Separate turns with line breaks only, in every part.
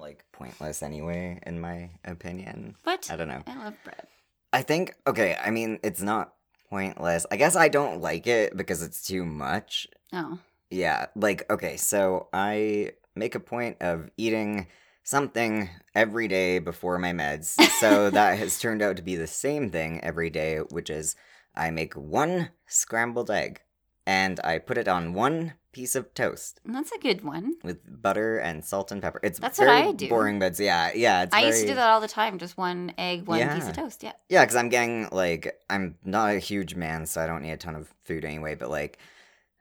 like pointless anyway, in my opinion.
What?
I don't know.
I love bread.
I think okay. I mean, it's not pointless. I guess I don't like it because it's too much.
Oh.
Yeah, like okay, so I make a point of eating something every day before my meds. So that has turned out to be the same thing every day, which is I make one scrambled egg and I put it on one piece of toast
That's a good one.
with butter and salt and pepper. It's
That's what
very
I do.
boring, but it's- yeah, yeah. It's
I used to
very-
do that all the time. Just one egg, one piece
Yeah.
of toast. Yeah.
yeah, because I'm getting like I'm not a huge man, so I don't need a ton of food anyway. But like,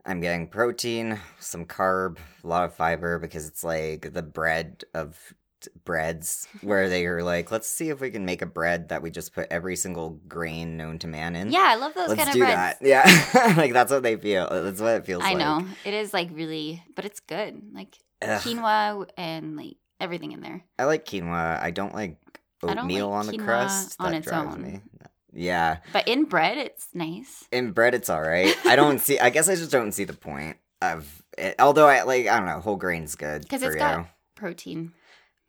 I'm getting protein, some carb, a lot of fiber because it's like the bread of t- breads, where they are like, let's see if we can make a bread that we just put every single grain known to man in.
Yeah, I love those
let's
kind of
do
breads.
that. Yeah, like that's what they feel. That's what it feels.
I
like.
know. It is like really, but it's good. Like
Ugh.
quinoa and like everything in there.
I like quinoa. I don't like
I don't
oatmeal
like
on the
quinoa
crust.
on
that
its
drives
own.
me. Yeah.
But in bread, it's nice.
in bread it's all right i don't see i guess i just don't see the point of it although i like i don't know whole grain's good
'Cause
for
it's
you.
got- Protein.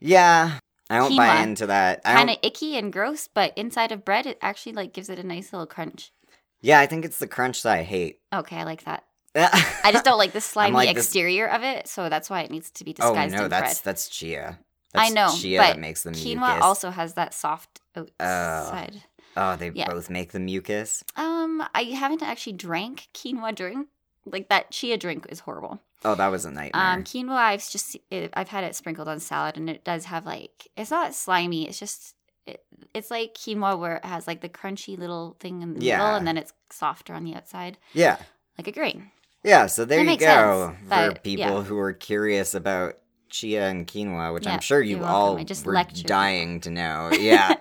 yeah i don't buy
Quinoa.
into that I
Kind
don't,
of icky and gross, but inside of bread, it actually like gives it a nice little crunch.
yeah i think it's the crunch that i hate
Okay, I like that. I
i
just don't like the slimy
like this-
exterior of it, so that's why it needs to be
oh
disguised
no
in
that's that's chia
I
that's
know,
chia
but
that makes the
bread. Quinoa
mucus
also has that soft oat
Oh.
side.
oh they
yeah.
both make the mucus
Um, I haven't actually drank quinoa drink. Like that chia drink is horrible.
oh that was a nightmare
Um, quinoa, I've just it, I've had it sprinkled on salad, and it does have like it's not slimy. It's just it, it's like quinoa where it has like the crunchy little thing in the middle,
Yeah.
and then it's softer on the outside,
yeah
like a grain.
yeah so there
That
you
makes
go
sense,
for
but,
people who are curious about chia and quinoa which
Yeah,
i'm sure you
you're welcome.
all
I just
were
lectured you.
dying to know yeah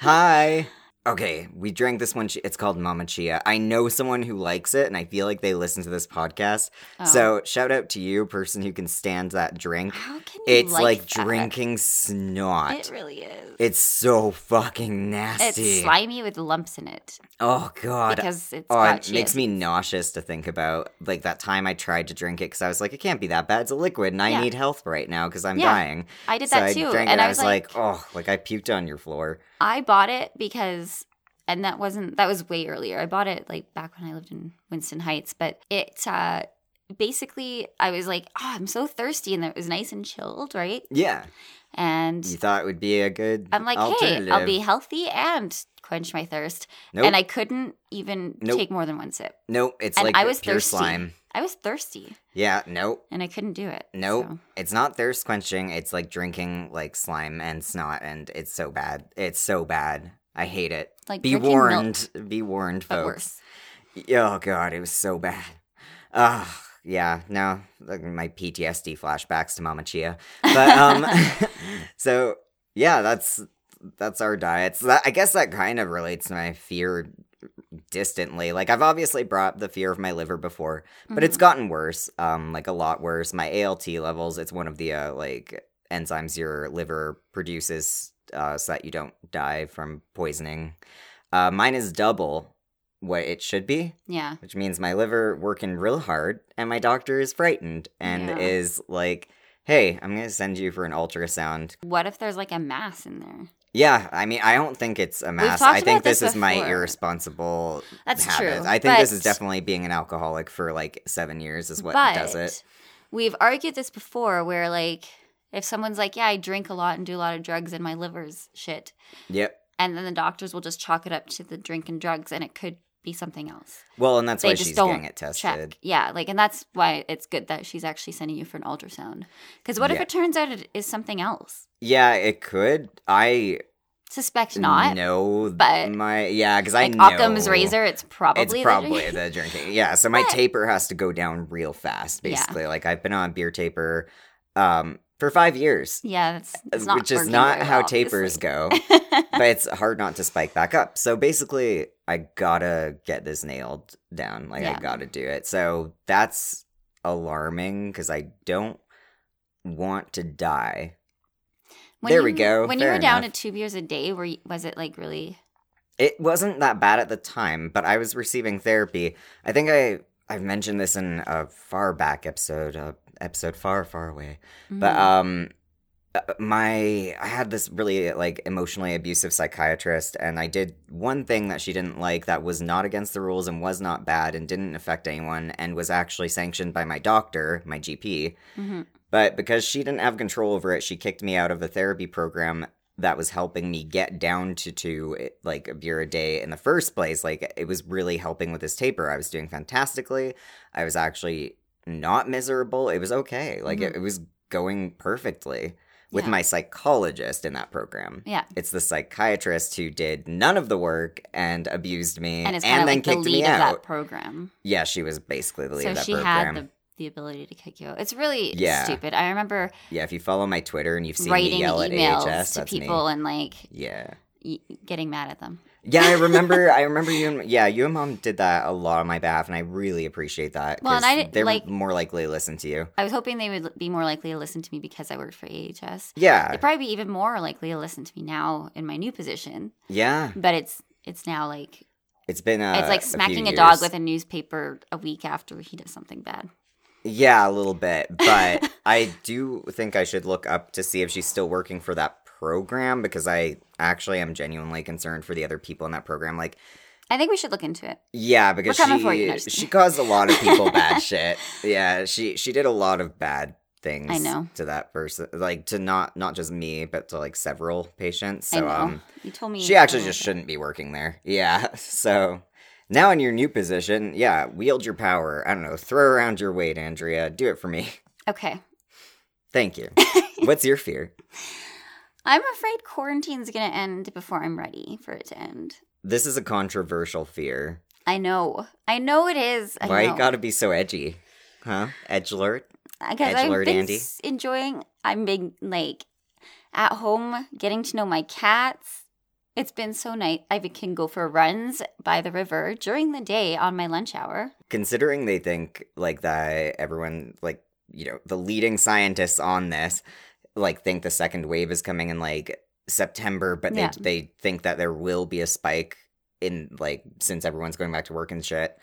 Hi. Okay, we drank this one. chi- It's called Mama Chia. I know someone who likes it, and I feel like they listen to this podcast.
Oh.
So shout out to you, person who can stand that drink.
how can you?
It's like,
that?
drinking snot.
It really is.
it's so fucking nasty.
It's slimy with lumps in it
oh god.
because it's
Oh,
got
it
chia.
makes me nauseous to think about like that time I tried to drink it because I was like, it can't be that bad. It's a liquid, and I
Yeah.
need health right now because I'm
Yeah,
dying.
I did
so
that
I
too,
drank
and
it.
I was like,
oh, like I puked on your floor.
I bought it because, and that wasn't that was way earlier. I bought it like back when I lived in Winston Heights, but it uh, basically I was like, oh, I'm so thirsty, and it was nice and chilled, right?
Yeah.
And
You thought it would be a good.
I'm like, hey, I'll be healthy and quench my thirst,
Nope.
and I couldn't even
Nope.
take more than one sip.
nope. It's
and
like
I was
pure
thirsty.
slime.
I was thirsty,
Yeah. Nope.
and I couldn't do it.
Nope.
so-
It's not thirst quenching. It's like drinking like slime and snot, and it's so bad. It's so bad. I hate it.
like
Be
drinking milk,
warned. Be warned,
but
folks.
worse.
Oh god, it was so bad. Ugh. Yeah, no, like my PTSD flashbacks to Mama Chia. But um, so yeah, that's that's our diets. That, I guess that kind of relates to my fear distantly. Like I've obviously brought up the fear of my liver before, but it's
Mhm.
gotten worse. Um, like a lot worse. My ALT levels. It's one of the uh, like enzymes your liver produces uh, so that you don't die from poisoning. Uh, mine is double what it should be
yeah.
which means my liver working real hard and my doctor is frightened and
Yeah.
is like hey i'm gonna send you for an ultrasound
What if there's like a mass in there?
yeah i mean i don't think it's a mass
talked
i think
about this
this, is my
before.
irresponsible
That's
habit
true.
i think this
but-
is definitely being an alcoholic for like seven years is what does it
We've argued this before where like if someone's like, Yeah, I drink a lot and do a lot of drugs and my liver's shit
yep
and then the doctors will just chalk it up to the drink and drugs and it could be something else.
well and that's
They
why
just
she's getting
don't
it
Check.
tested
Yeah, like and that's why it's good that she's actually sending you for an ultrasound. Cuz what if
Yeah.
it turns out it is something else?
yeah it could i
Suspect not.
know
but-
my yeah because
Like
i know
Occam's razor, it's probably
it's
the
probably
drink.
the drinking. Yeah, so my
But-
taper has to go down real fast.
Yeah.
Basically, like I've been on beer taper um, for five years,
Yeah, that's it's not
which is
working
not
very
how
well,
tapers go.
obviously.
but it's hard not to spike back up. So basically, I gotta get this nailed down. Like
Yeah.
I gotta do it. So that's alarming because I don't want to die.
When
There we
you-
go.
When you
Fair
were down
enough.
to two beers a day, were you, was it like really?
It wasn't that bad at the time, but I was receiving therapy. I think I I've mentioned this uh,
Mm-hmm.
in a far back episode, uh, episode far far away. But um uh, my I had this really like emotionally abusive psychiatrist and I did one thing that she didn't like that was not against the rules and was not bad and didn't affect anyone and was actually sanctioned by my doctor, my GP.
hmm
But because she didn't have control over it, she kicked me out of the therapy program that was helping me get down to two eh, like a beer a day in the first place. Like it was really helping with this taper. I was doing fantastically. I was actually not miserable. It was okay. Like it, it was going perfectly with
Mm-hmm. Yeah.
my psychologist in that program.
Yeah.
It's the psychiatrist who did none of the work and abused me
And
and,
it's kind of
then
like the
kicked
lead
me
of
out.
that program.
yeah, she was basically the lead
So
of that
she had
program.
the, the ability to kick you out. It's really
Yeah.
stupid. I remember
Yeah, if you follow my Twitter and you've seen me
writing
yell at
emails
AHS,
to
that's
people
me.
and like
Yeah.
y- getting mad at them.
Yeah, I remember. I remember you. And, yeah, you and mom did that a lot on my behalf, and I really appreciate that.
Well, and
'cause
I didn't,
they're
like-
more likely to listen to you.
I was hoping they would be more likely to listen to me because I worked for AHS.
Yeah,
They'd probably be even more likely to listen to me now in my new position,
yeah.
but it's it's now like
It's been uh,
it's like
few
smacking a, dog
years.
with a newspaper a week after he does something bad.
Yeah, a little bit, but I do think I should look up to see if she's still working for that program because I actually am genuinely concerned for the other people in that program. Like,
I think we should look into it.
Yeah, because
coming
she
for you. No, just
she
kidding.
caused a lot of people bad shit. Yeah, she she did a lot of bad things.
I know.
to that person, like to not not just me, but to like several patients.
I
So
know
um,
you told me
she actually
about
just
that.
shouldn't be working there. Yeah, so. Now in your new position, yeah, wield your power. I don't know, throw around your weight, Andrea. Do it for me.
Okay,
Thank you. What's your fear?
I'm afraid quarantine's gonna end before I'm ready for it to end.
This is a controversial fear.
I know, I know it is. I
Why
know.
you gotta be so edgy? Huh? Edge alert?
because I've
Edgelord
been
Andy?
s- enjoying. I've been like at home, getting to know my cats. It's been so nice. I can go for runs by the river during the day on my lunch hour.
considering they think like that everyone like you know the leading scientists on this like think the second wave is coming in like september but
Yeah.
they, they think that there will be a spike in like since everyone's going back to work and shit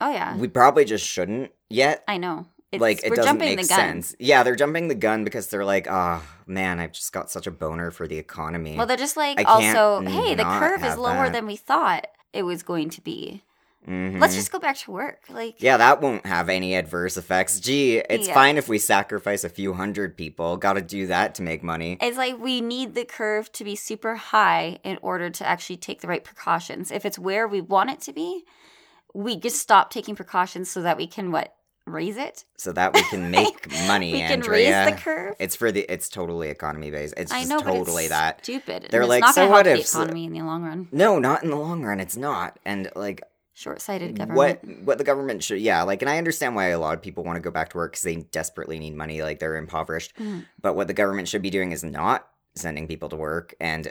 Oh yeah,
we probably just shouldn't yet
I know. It's,
like it
we're
doesn't
jumping
make
the gun.
sense yeah they're jumping the gun because they're like oh man i've just got such a boner for the economy
Well, they're just like
I can't
also, hey, the
not
curve is
have
lower
that.
than we thought it was going to be.
Mhm.
Let's just go back to work. Like,
Yeah, that won't have any adverse effects. Gee, it's
Yeah.
fine if we sacrifice a few hundred people. Got to do that to make money.
it's like we need the curve to be super high in order to actually take the right precautions. If it's where we want it to be, we just stop taking precautions so that we can what raise it.
So that we can make money,
we can
Andrea.
raise the curve.
It's for the it's totally economy based. It's
I
just
know, but
totally
it's
that.
stupid. and
They're
it's
like,
not
so
gonna
what
help
if s-
the economy in the long run?
No, not in the long run. It's not. And like
Short-sighted government.
what what the government should yeah, like and I understand why a lot of people want to go back to work cuz they desperately need money, like they're impoverished.
Mhm.
But what the government should be doing is not sending people to work and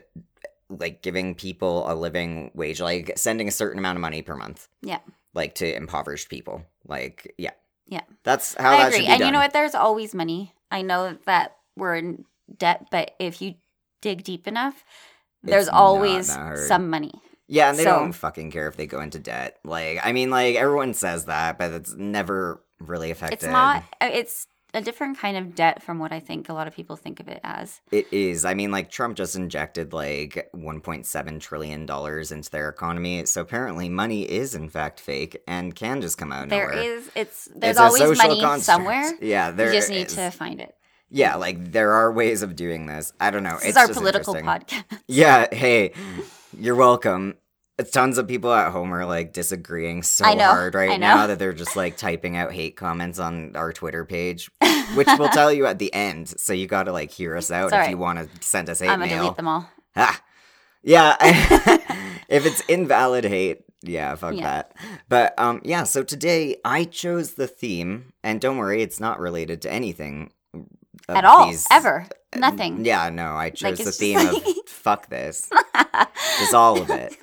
like giving people a living wage, like sending a certain amount of money per month.
Yeah.
Like to impoverished people. Like, yeah.
Yeah.
That's how
I
that
agree.
should be
And
done.
you know what? There's always money. I know that we're in debt, but if you dig deep enough, there's
It's not
always
that hard.
some money.
Yeah, and they
So-
don't fucking care if they go into debt. Like, I mean, like everyone says that, but it's never really effective.
It's not. uh, It's a different kind of debt from what I think a lot of people think of it as.
It is. I mean, like Trump just injected like 1.7 trillion dollars into their economy, so apparently money is in fact fake and can just come out of
There
nowhere.
is. It's there's
It's a
always
social
money
construct.
somewhere.
Yeah, there
you just need
is.
to find it.
Yeah, like there are ways of doing this. I don't know.
This
Oh,
is
it's
our
just
political
interesting.
podcast.
Yeah, hey, you're welcome. Tons of people at home are like disagreeing so
I know,
hard
I
right
know.
now that they're just like typing out hate comments on our Twitter page, which we'll tell you at the end. So you got to like hear us out
It's
if
all
you
right.
want to send us hate
I'm gonna
mail.
delete them all.
Ah. Yeah, I- if it's invalid hate, yeah, fuck
Yeah.
that. But um, yeah, so today I chose the theme, and don't worry, it's not related to anything of
At all,
these-
ever, nothing.
Uh, Yeah, no, I
it's
chose the
just
theme
like-
of fuck this. Just all of it.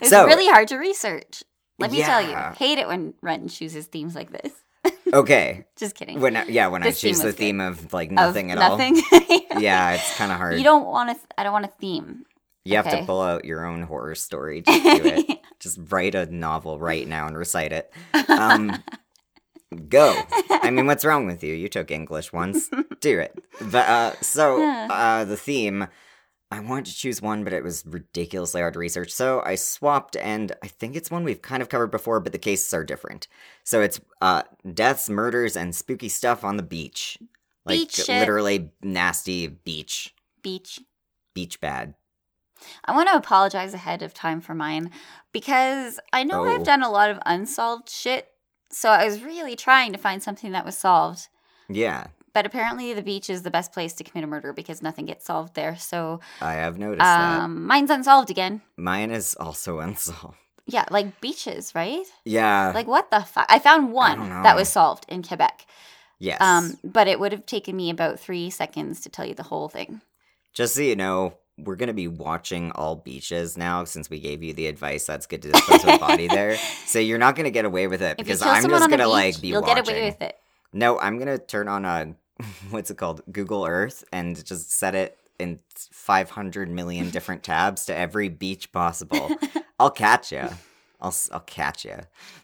It's
So-
really hard to research. Let me tell you,
Yeah.
hate it when Ren chooses themes like this.
Okay.
Just kidding.
When I, yeah, when I
This theme
choose the
was good.
theme of like
Of
nothing at
nothing.
all. Yeah, it's kind of hard.
You
You,
don't want to. Th- I don't want a theme.
have to
okay.
pull out your own horror story. Just do it. just write a novel right now and recite it. Um, Go. I mean, what's wrong with you? You took English once. Do it. But uh, so
Yeah.
uh, the theme, I wanted to choose one, but it was ridiculously hard to research. So I swapped, and I think it's one we've kind of covered before, but the cases are different. So it's uh, deaths, murders, and spooky stuff on the beach. Like
Beach shit.
literally nasty beach,
Beach.
beach bad.
I want to apologize ahead of time for mine because I know
Oh.
I've done a lot of unsolved shit. So I was really trying to find something that was solved.
Yeah,
But apparently, the beach is the best place to commit a murder because nothing gets solved there. So
I have noticed that.
um, mine's unsolved again.
Mine is also unsolved.
Yeah, like beaches, right?
Yeah.
Like, what the fuck? I found
don't
one that was
know.
solved in Quebec.
yes.
Um, but it would have taken me about three seconds to tell you the whole thing.
Just so you know, we're gonna be watching all beaches now since we gave you the advice that's good to dispose of a body there. So you're not gonna get away with it
If you
because
kill
I'm
someone
just
on the
gonna
beach,
like be
you'll
watching.
get away with it.
No, I'm gonna turn on a what's it called Google Earth and just set it in 500 million different tabs to every beach possible. I'll catch you. I'll s- I'll catch you.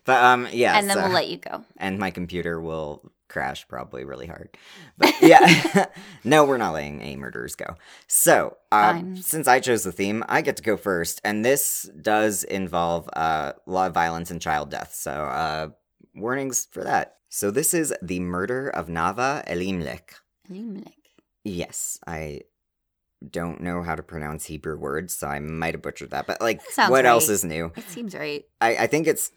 But um yeah.
and then
so-
we'll let you go.
and my computer will crash probably really hard. But yeah, no, we're not letting any murderers go. So, uh,
Fine.
since I chose the theme, I get to go first, and this does involve uh, a lot of violence and child death. So, uh, warnings for that. So, this is the murder of Nava Elimlek.
Limerick.
Yes, I don't know how to pronounce Hebrew words, so I might have butchered that. But like,
Sounds
what else
right.
is new?
It seems right.
I, I think it's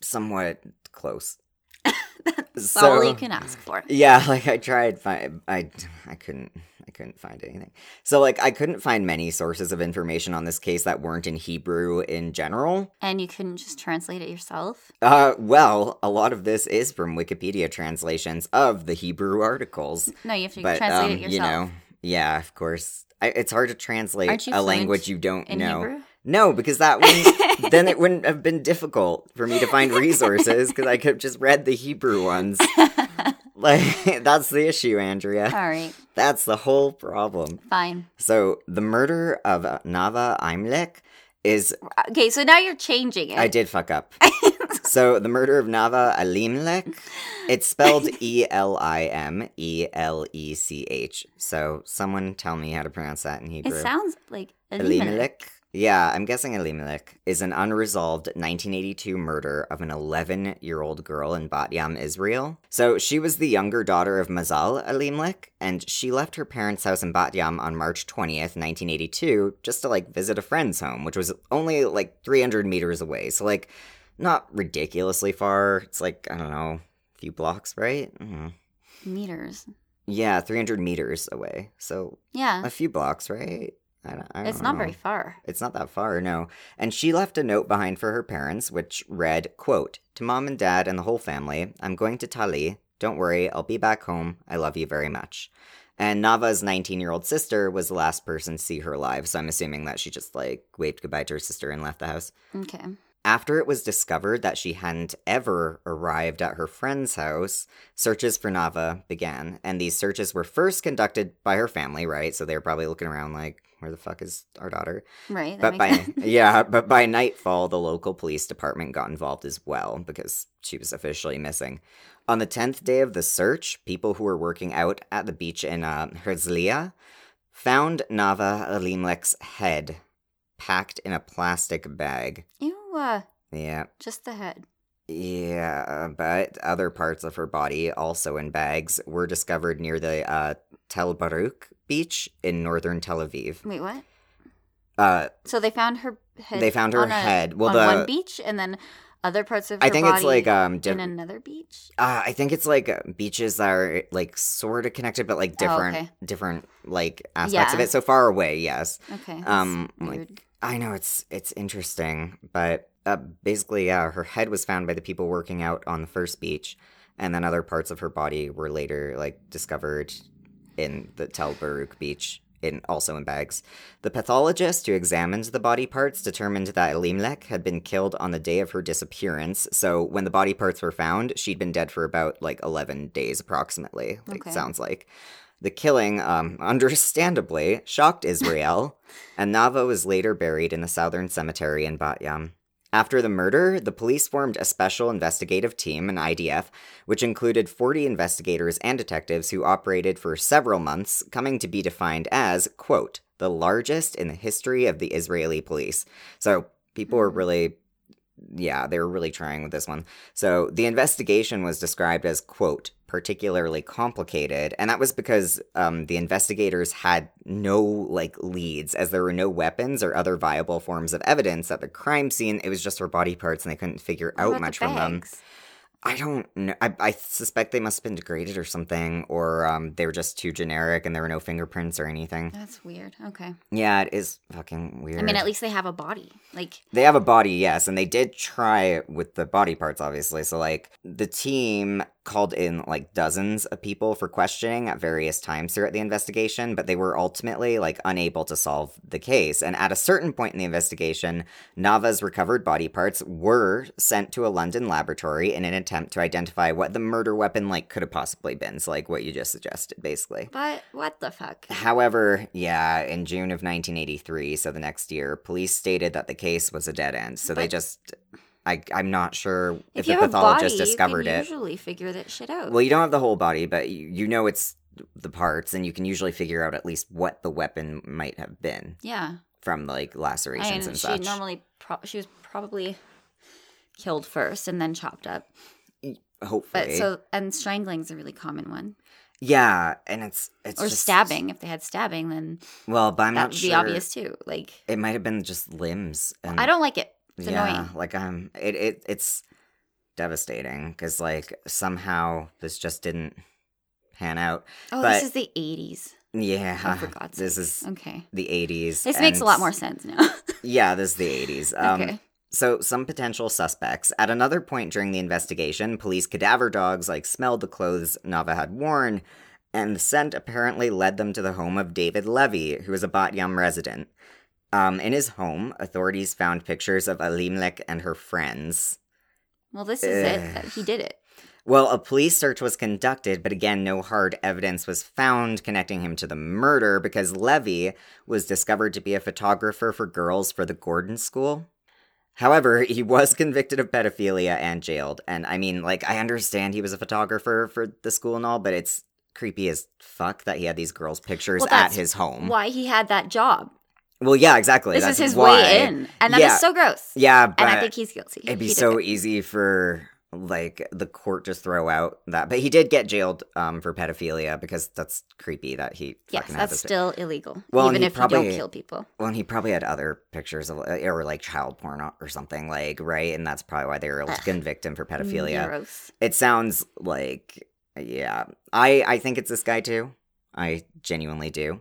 somewhat close.
That's
So-
all you can ask for.
Yeah, like I tried find I I couldn't I couldn't find anything. So like I couldn't find many sources of information on this case that weren't in Hebrew in general.
And you couldn't just translate it yourself.
Uh well, a lot of this is from Wikipedia translations of the Hebrew articles.
No, you have to
But
translate
um,
it yourself.
you know, yeah, of course. I, it's hard to translate
Aren't you
a
fluent
language you don't
in
know.
Hebrew?
No, because that wouldn't, then it wouldn't have been difficult for me to find resources because I could have just read the Hebrew ones. like that's the issue, Andrea.
All right,
That's the whole problem.
fine.
So the murder of uh, Nava Imlek is
Okay, so now you're changing it.
I did fuck up. so the murder of Nava Alimlek, it's spelled E L I M E L E C H. So someone tell me how to pronounce that in
It
Hebrew.
sounds like Elimelech.
Elimelech. Yeah, I'm guessing Elimelech is an unresolved 1982 murder of an 11 year old girl in Bat Yam, Israel. So she was the younger daughter of Mazal Elimelech, and she left her parents' house in Bat Yam on March 20th, 1982, just to like visit a friend's home, which was only like 300 meters away. So, like, not ridiculously far. It's like, I don't know, a few blocks, right? Mhm.
meters.
Yeah, 300 meters away. So,
Yeah,
a few blocks, right? I don't, I
it's
don't
not
know.
very far.
It's not that far, no. And she left a note behind for her parents, which read, quote, To mom and dad and the whole family, I'm going to Tali. Don't worry, I'll be back home. I love you very much. And Nava's 19 year old sister was the last person to see her alive, so I'm assuming that she just like waved goodbye to her sister and left the house.
Okay.
After it was discovered that she hadn't ever arrived at her friend's house, searches for Nava began, and these searches were first conducted by her family, right? So they were probably looking around like, where the fuck is our daughter?
Right. That
but
makes
by
sense.
yeah, but by nightfall, the local police department got involved as well because she was officially missing. On the tenth day of the search, people who were working out at the beach in uh, Herzliya found Nava Alimlek's head packed in a plastic bag.
Ew, uh,
Yeah,
just the head.
yeah, but other parts of her body, also in bags, were discovered near the uh, Tel Baruch beach in northern Tel Aviv.
Wait, what?
Uh,
So they found her head.
They found her
on a-
head. Well,
on
the-
one beach, and then other parts of. Her
I think it's
body
like um, diff-
in another beach.
Uh, I think it's like uh, beaches that are like sort of connected, but like
Oh,
different,
okay.
different like aspects of
Yeah.
it. So far away, yes.
Okay. that's
Um, like-
weird.
I know it's it's interesting, but uh, basically, yeah, her head was found by the people working out on the first beach, and then other parts of her body were later like discovered in the Tel Baruch beach, in also in bags. The pathologist who examined the body parts determined that Elimlek had been killed on the day of her disappearance. So when the body parts were found, she'd been dead for about like eleven days, approximately. Like
Okay.
sounds like. The killing, um, understandably, shocked Israel, and Nava was later buried in the southern cemetery in Bat Yam. After the murder, the police formed a special investigative team, an IDF, which included 40 investigators and detectives who operated for several months, coming to be defined as, quote, the largest in the history of the Israeli police. So people were really yeah, they were really trying with this one. So the investigation was described as, quote, particularly complicated. And that was because um, the investigators had no, like, leads, as there were no weapons or other viable forms of evidence at the crime scene. It was just her body parts, and they couldn't figure
What about
out
the
much from them.
bags?
I don't know. I, I suspect they must have been degraded or something, or um, they were just too generic and there were no fingerprints or anything.
That's weird. Okay.
Yeah, it is fucking weird.
I mean, at least they have a body. Like,
They have a body, yes, and they did try it with the body parts, obviously. So, like, the team called in like dozens of people for questioning at various times throughout the investigation, but they were ultimately like unable to solve the case. And at a certain point in the investigation, Nava's recovered body parts were sent to a London laboratory in an attempt to identify what the murder weapon like could have possibly been. So, like, what you just suggested, basically.
but what the fuck?
However, yeah, in June of 1983, so the next year, police stated that the case was a dead end. So they
But-
just, I, I'm not sure if,
you
the
have a
pathologist
body,
discovered
you can
it.
usually figure that shit out.
Well, you don't have the whole body, but you, you know it's the parts, and you can usually figure out at least what the weapon might have been
yeah.
from like
I
lacerations
mean,
and
she
such.
normally pro- she was probably killed first and then chopped up. But
Hopefully,
so and strangling's a really common one,
yeah, and it's it's
or
just-
stabbing. If they had stabbing, then
Well, but I'm
that
not
would
sure.
be obvious too. Like,
It might have been just limbs. And
I don't like it. It's annoying.
like um, it it it's devastating because like somehow this just didn't pan out.
Oh,
but-
this is the '80s.
Yeah,
Oh, for God's
this is
Okay,
the eighties.
this makes a lot more sense now.
Yeah, this is the eighties. Um,
okay,
So, some potential suspects. At another point during the investigation, police cadaver dogs like smelled the clothes Nava had worn, and the scent apparently led them to the home of David Levy, who was a Bat Yam resident. Um, in his home, authorities found pictures of Alimlek and her friends.
well, this is
Ugh.
it. that He did it.
Well, a police search was conducted, but again, no hard evidence was found connecting him to the murder because Levy was discovered to be a photographer for girls for the Gordon School. However, he was convicted of pedophilia and jailed. And I mean, like, I understand he was a photographer for the school and all, but it's creepy as fuck that he had these girls' pictures
Well,
at
that's
his home.
Why he had that job?
um, Well, yeah, exactly.
This
That's
is his
why.
way in, and that is
Yeah.
so gross.
Yeah, but
and I think he's guilty.
it'd be
He did
so
it.
easy for like the court to throw out that but he did get jailed um for pedophilia because that's creepy that he
Yes,
fucking had
that's
this
still illegal.
Well, and
even
he
if you
probably-
don't kill people.
well and he probably had other pictures of or like child porn or something like right and that's probably why they were able to
Ugh. Mm,
convict him for pedophilia
Gross.
it sounds like yeah i i think it's this guy too i genuinely do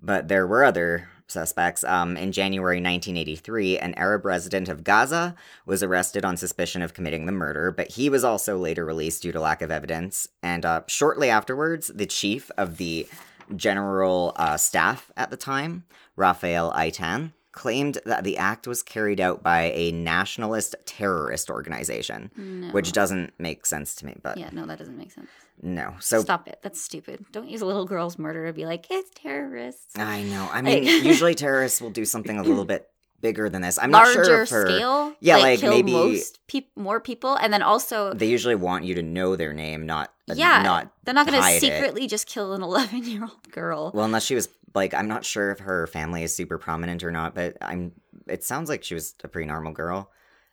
but there were other suspects um, in january 1983 an arab resident of gaza was arrested on suspicion of committing the murder but he was also later released due to lack of evidence and uh, shortly afterwards the chief of the general uh, staff at the time rafael aitan claimed that the act was carried out by a nationalist terrorist organization
No.
which doesn't make sense to me, but
Uh-huh. Yeah, no, that doesn't make sense.
no. So
Stop it. That's stupid. Don't use a little girl's murder to be like, it's terrorists.
I know. I
Like-
mean, usually terrorists will do something a little bit bigger than this. I'm
Larger
not sure if her,
scale.
Yeah,
like,
like,
kill
maybe-
most peop more people. And then also,
They usually want you to know their name, not
Yeah.
not
they're not going
hide
to
it.
secretly just kill an 11 year old girl.
Well, unless she was like, I'm not sure if her family is super prominent or not, but I'm. It sounds like she was a pretty normal girl.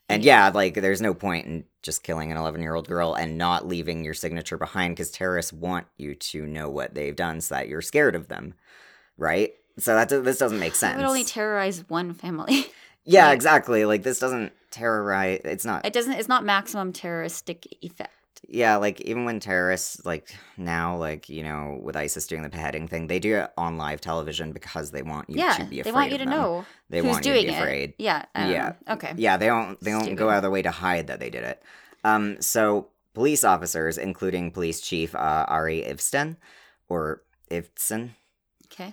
And yeah, like there's no point in just killing an 11 year old girl and not leaving your signature behind because terrorists want you to know what they've done so that you're scared of them, right? So that this doesn't make sense.
It would only terrorize one family.
Yeah,
Like-
exactly. Like this doesn't terrorize. It's not.
it doesn't, it's not maximum terroristic effect.
yeah, like even when terrorists, like now, like you know, with ISIS doing the beheading thing, they do it on live television because they want you
yeah.
to be afraid.
They want you
of
to
them.
know
They
who's
want you
doing
to be afraid.
it. Yeah. I don't
Yeah.
know. Okay.
Yeah, they don't. They don't go
Stupid.
out of their way to hide that they did it. Um, so police officers, including police chief uh, Ari Ivsten, or Ivsten,
Okay.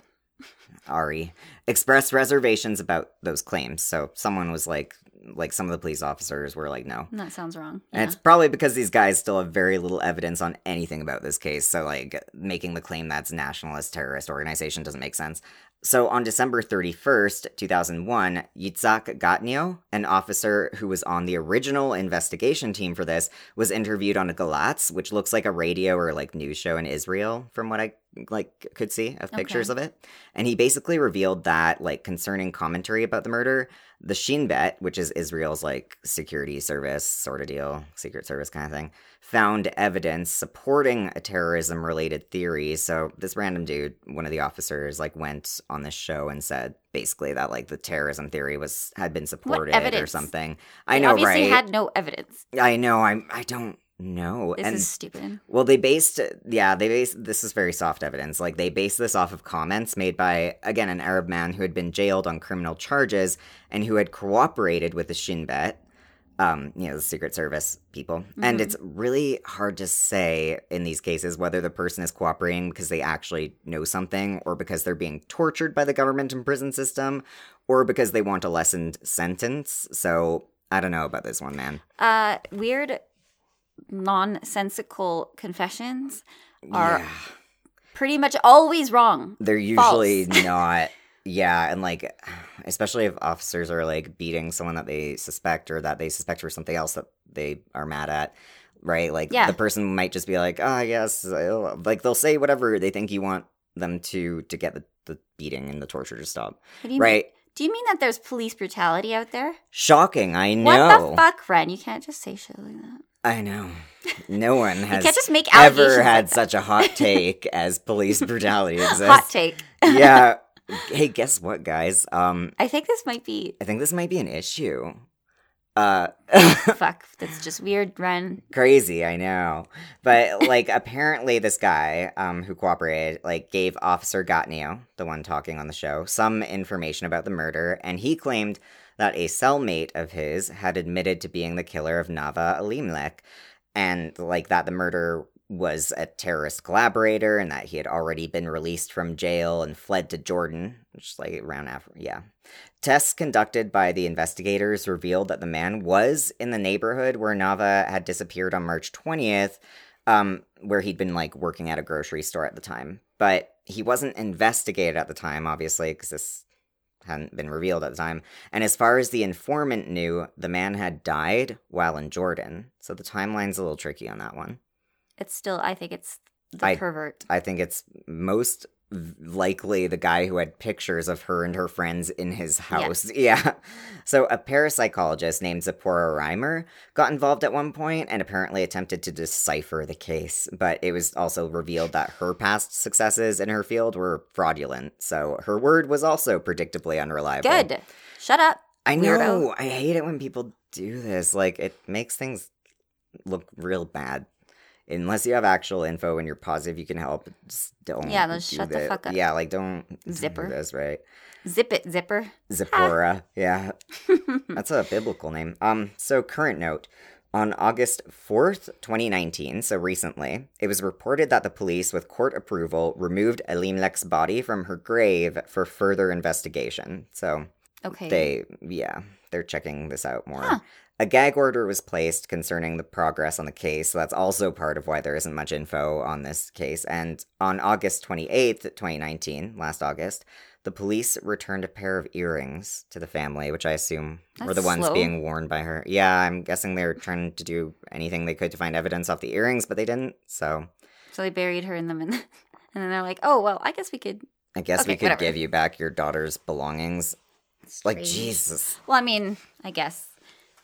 Ari expressed reservations about those claims. So someone was like, like some of the police officers were like, no.
That sounds wrong.
And
Yeah.
it's probably because these guys still have very little evidence on anything about this case. So, like, making the claim that's nationalist terrorist organization doesn't make sense. So on December 31st, 2001, Yitzhak Gatnio, an officer who was on the original investigation team for this, was interviewed on a Galatz, which looks like a radio or like news show in Israel from what I like could see of pictures of it. And he basically revealed that like concerning commentary about the murder, the Shin Bet, which is Israel's like security service sort of deal, secret service kind of thing, found evidence supporting a terrorism related theory. So this random dude, one of the officers, like went on this show and said basically that like the terrorism theory was had been supported or
evidence?
something. I
They
know,
obviously
right?
had no evidence.
I know. I'm. I don't know.
This
and
is stupid.
well, they based, yeah, they based, this is very soft evidence. Like, they based this off of comments made by, again, an Arab man who had been jailed on criminal charges and who had cooperated with the Shin Bet, um, you know, the Secret Service people. And
Mhm.
it's really hard to say in these cases whether the person is cooperating because they actually know something or because they're being tortured by the government and prison system or because they want a lessened sentence. So, I don't know about this one, man.
Uh, weird, nonsensical confessions Are-
Yeah.
pretty much always wrong.
They're
False.
usually not. Yeah, and like, especially if officers are like beating someone that they suspect or that they suspect for something else that they are mad at, right? Like,
Yeah.
the person might just be like, "Ah, yes," I'll-" like they'll say whatever they think you want them to to get the, the beating and the torture to stop,
What do you
right?
Mean, do you mean that there's police brutality out there?
Shocking, I
What
know,
the fuck, Ren? You can't just say shit like that.
I know. No one
you
has
can't just make allegations.
ever had
like
such a hot take as police brutality
that. hot
exists.
take.
yeah. Hey, guess what, guys? Um,
I think this might be
I think this might be an issue. Uh,
fuck. That's just weird, Ren.
crazy, I know. But like, apparently, this guy um, who cooperated like gave Officer Gotnio, the one talking on the show, some information about the murder, and he claimed that a cellmate of his had admitted to being the killer of Nava Alimlek, and like that the murder was a terrorist collaborator, and that he had already been released from jail and fled to Jordan, which is like around Africa. Yeah. Tests conducted by the investigators revealed that the man was in the neighborhood where Nava had disappeared on March 20th, um, where he'd been like working at a grocery store at the time. But he wasn't investigated at the time, obviously, because this hadn't been revealed at the time. And as far as the informant knew, the man had died while in Jordan. So the timeline's a little tricky on that one.
It's still. I think it's the
I-
pervert.
I think it's most v- likely the guy who had pictures of her and her friends in his house. Yeah. So a parapsychologist named Zipporah Reimer got involved at one point and apparently attempted to decipher the case, but it was also revealed that her past successes in her field were fraudulent. So her word was also predictably unreliable.
Good. Shut up.
I know.
Weirdo.
I hate it when people do this. Like it makes things look real bad. Unless you have actual info and you're positive you can help, just don't.
Yeah, let's
do
shut the
thi-
fuck up.
Yeah, like don't don't do
Zipper.
this right.
Zip it, zipper.
Zipporah. Yeah,
Mm.
that's a biblical name. Um, so current note. On August 4th, 2019, so recently, it was reported that the police, with court approval, removed Alimlek's body from her grave for further investigation. So
okay.
they yeah they're checking this out more
Huh.
a gag order was placed concerning the progress on the case so that's also part of why there isn't much info on this case and on august 28th 2019 last august the police returned a pair of earrings to the family which i assume were
That's
the ones
slow.
being worn by her yeah i'm guessing they were trying to do anything they could to find evidence off the earrings but they didn't so
So they buried her in them, and, and then they're like, "Oh well, I guess we could."
i guess we
Okay,
could
whatever.
give you back your daughter's belongings like
trade."
jesus
Well, I mean, I guess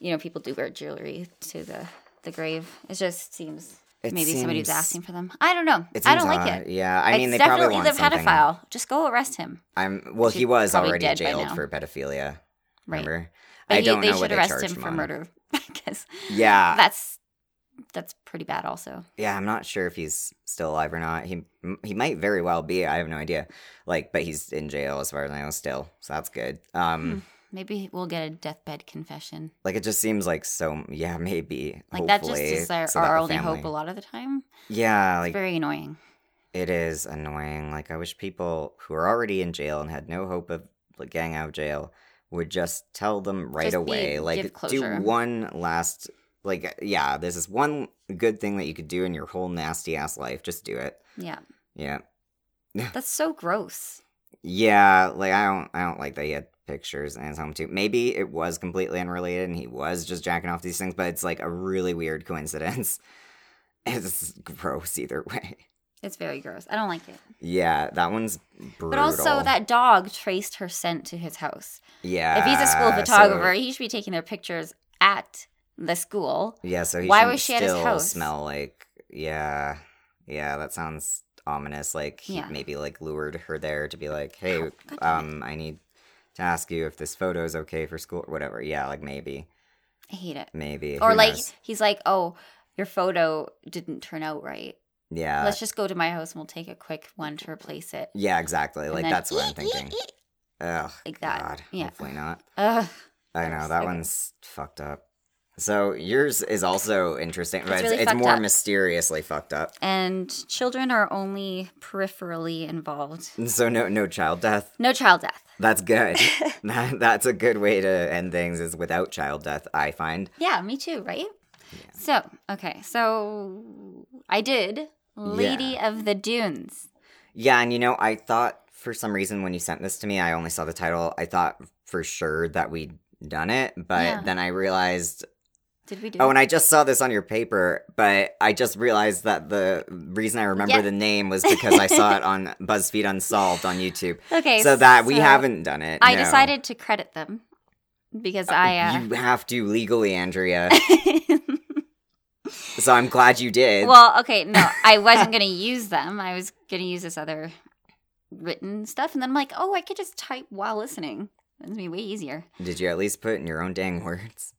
you know people do wear jewelry to the the grave. It just seems
It
maybe somebody was
seems-
asking for them. I don't know.
it
I
seems
don't like
odd.
it.
yeah i mean
it's
they probably
definitely
want
the
something
pedophile. Just go arrest him.
I'm well. He
She's
was
probably
already
dead by
jailed
now.
for pedophilia.
Right.
Remember?
But
I
he-
don't
they
know
should
what they Uh,
arrest
charged
him for
on.
murder because
Yeah,
that's that's pretty bad. Also,
yeah. I'm not sure if he's still alive or not. He m- he might very well be. I have no idea. Like, but he's in jail as far as I know still. So that's good. Um,
Hmm. maybe we'll get a deathbed confession.
like it just seems like so. Yeah, maybe.
Like that
hopefully,
just is our,
so that
our
the
only hope a
family-
lot of the time.
Yeah,
it's
like
very annoying.
it is annoying. Like I wish people who are already in jail and had no hope of like, getting out of jail would just tell them right
Just be-
away.
give
like do
closure.
one last like uh, yeah, this is one good thing that you could do in your whole nasty ass life. Just do it.
Yeah,
Yeah.
that's so gross.
Yeah, like I don't I don't like that he had pictures in his home too. Maybe it was completely unrelated and he was just jacking off these things, but it's like a really weird coincidence. It's gross either way.
It's very gross. I don't like it.
Yeah, that one's brutal.
But also, that dog traced her scent to his house.
yeah.
If he's a school
so-
photographer, he should be taking their pictures at the school.
yeah, so he
why
should
was she at his
still
house?
smell like yeah, yeah. That sounds ominous. Like he
Yeah. Oh,
maybe like lured her there to be like, hey,
Ow, God damn it.
um, I need to ask you if this photo is okay for school or whatever. Yeah, like maybe,
I hate it.
maybe.
Or
Who
like
knows?
he's like, oh, your photo didn't turn out right.
yeah,
Let's just go to my house and we'll take a quick one to replace it.
yeah, exactly.
And
Like
then
that's what I'm
eek, eek,
thinking.
eek.
Ugh,
Like that.
God,
Yeah.
hopefully not.
Ugh,
I
That
know
was
that
so good.
one's fucked up. So yours is also interesting, but it's,
really
it's
fucked
more
up.
mysteriously fucked up.
and children are only peripherally involved.
So no, no child death.
No child death.
That's good. that, that's a good way to end things is without child death, I find.
Yeah, me too, right? So, okay, so I did Lady of the Dunes.
Yeah, and you know, I thought for some reason when you sent this to me, I only saw the title. I thought for sure that we'd done it, but
Yeah.
then I realized
Did we do
Oh,
it?
and I just saw this on your paper, but I just realized that the reason I remember
Yeah.
the name was because I saw it on BuzzFeed Unsolved on YouTube.
okay,
so that we
so
haven't done it.
I
no.
decided to credit them because I.
you have to legally, Andrea.
Uh,
so I'm glad you did.
well, okay, no, I wasn't going to use them. I was going to use this other written stuff, and then I'm like, oh, I could just type while listening. That's gonna be way easier.
Did you at least put in your own dang words?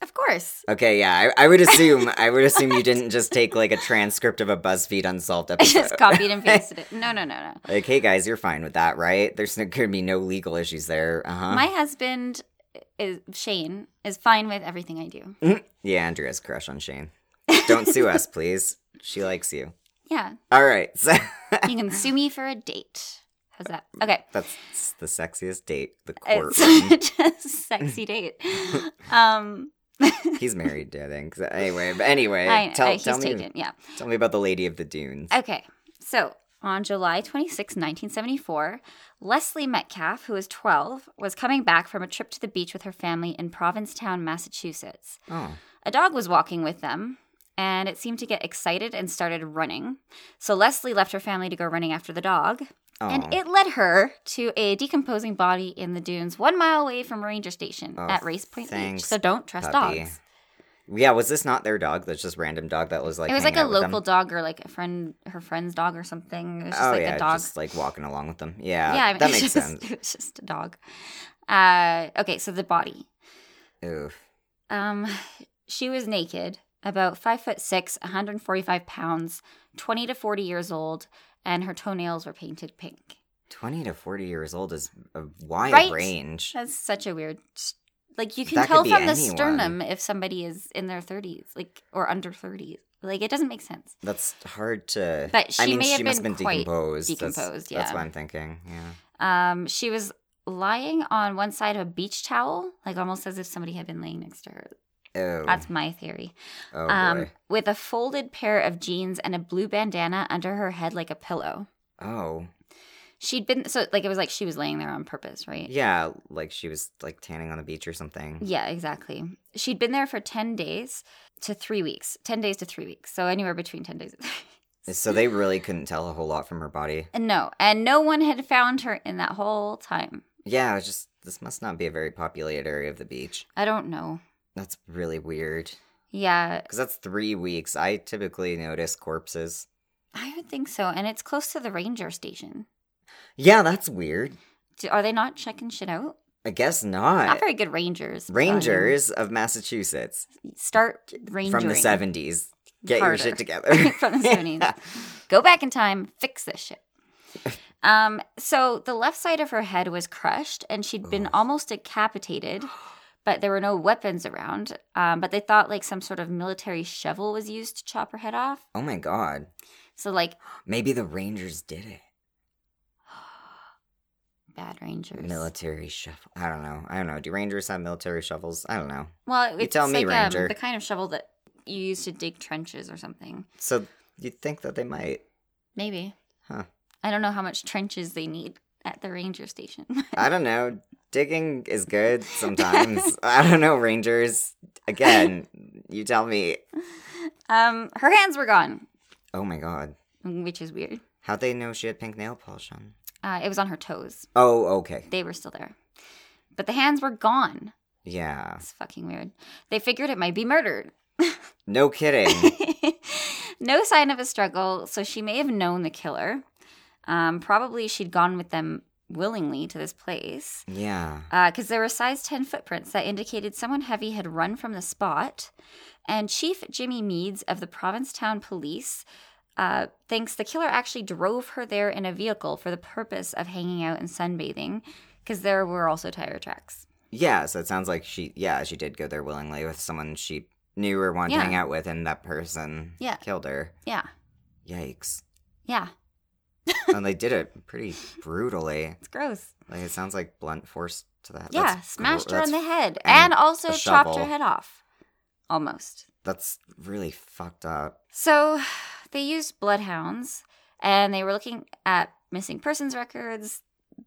Of course.
Okay, yeah, I, I would assume I would assume you didn't just take like a transcript of a BuzzFeed Unsolved
I
episode.
just copied and pasted it. No, no, no, no.
like, hey guys, you're fine with that, right? There's no, gonna be no legal issues there. Uh huh.
My husband, is, Shane, is fine with everything I do.
yeah, Andrea's crush on Shane. Don't sue us, please. She likes you.
Yeah.
All right, so
You can sue me for a date. How's that? Okay.
that's the sexiest date. The court.
It's just a sexy date. Um,
He's married, I think. So anyway, but anyway,
I,
tell,
I- he's
tell me
taken. Yeah.
tell me about the Lady of the Dunes.
Okay. So on July 26, 1974, Leslie Metcalf, who was 12, was coming back from a trip to the beach with her family in Provincetown, Massachusetts.
oh,
A dog was walking with them, and it seemed to get excited and started running. So Leslie left her family to go running after the dog, and
Aw.
it led her to a decomposing body in the dunes one mile away from Ranger Station
Oh,
at Race Point
thanks,
Beach. So don't trust
puppy.
dogs.
Yeah, was this not their dog? That's just random dog that was like
it was like
hanging
a
out with them?
local dog or like a friend, her friend's dog or something. It was just
oh
like
yeah,
a dog.
just like walking along with them. Yeah,
yeah, I mean,
that
it was
makes
just,
sense.
It was just a dog. Uh, okay, so the body.
Oof.
Um, she was naked, about five foot six, 145 pounds, 20 to 40 years old, and her toenails were painted pink.
Twenty to forty years old is a wide
Right?
range.
That's such a weird. Like you can
That could
tell
be
from the
anyone.
sternum if somebody is in their 30s, like or under 30s. Like it doesn't make sense.
That's hard to.
But
I
she
mean,
may
she
have
must
been
been
quite
decomposed. that's,
decomposed,
that's
yeah.
what I'm thinking. Yeah.
Um, she was lying on one side of a beach towel, like almost as if somebody had been laying next to her.
Oh,
That's my theory.
oh
um,
boy.
with a folded pair of jeans and a blue bandana under her head, like a pillow.
Oh,
She'd been so like it was like she was laying there on purpose, right?
yeah. Like she was like tanning on the beach or something.
Yeah, exactly. She'd been there for 10 days to 3 weeks. 10 days to 3 weeks. So anywhere between 10 days.
So they really couldn't tell a whole lot from her body.
and no, and no one had found her in that whole time.
Yeah, it's just this must not be a very populated area of the beach.
I don't know.
That's really weird.
Yeah,
Because that's three weeks. I typically notice corpses.
I would think so. And it's close to the ranger station.
Yeah, that's weird.
Do, are they not checking shit out?
I guess not.
Not very good rangers.
Rangers of Massachusetts
Um, start rangering.
from the 70s. Get your
Harder.
shit together.
From the 70s. Go back in time, fix this shit. Um, so the left side of her head was crushed, and she'd been
Ugh.
almost decapitated, but there were no weapons around. Um, but they thought like some sort of military shovel was used to chop her head off.
Oh my god.
So like
Maybe the Rangers did it.
bad rangers.
Military shovel. I don't know. I don't know. Do Rangers have military shovels? I don't know.
well, it's
tell me,
like
Ranger.
Um, the kind of shovel that you use to dig trenches or something.
So you'd think that they might.
Maybe.
Huh.
I don't know how much trenches they need. at the ranger station.
I don't know. Digging is good sometimes. I don't know, Rangers. Again, you tell me.
um, her hands were gone,
Oh my god.
which is weird.
How'd they know she had pink nail polish on?
Uh, it was on her toes.
Oh, okay.
They were still there. But the hands were gone.
Yeah.
It's fucking weird. They figured it might be murdered.
No kidding.
no sign of a struggle, so she may have known the killer. Um, probably she'd gone with them willingly to this place
yeah.
because there were size 10 footprints that indicated someone heavy had run from the spot. And Chief Jimmy Meads of the Provincetown Police uh, thinks the killer actually drove her there in a vehicle for the purpose of hanging out and sunbathing because there were also tire tracks.
Yeah, so it sounds like she yeah, she did go there willingly with someone she knew or wanted
Yeah.
to hang out with and that person
Yeah.
killed her.
Yeah.
Yikes.
Yeah.
and they did it pretty brutally.
It's gross.
Like it sounds like blunt force to that.
Yeah,
That's gr-
smashed her on
that's-
the head and,
and
also
a
chopped her
shovel.
head off. Almost.
That's really fucked up.
So they used bloodhounds and they were looking at missing persons records.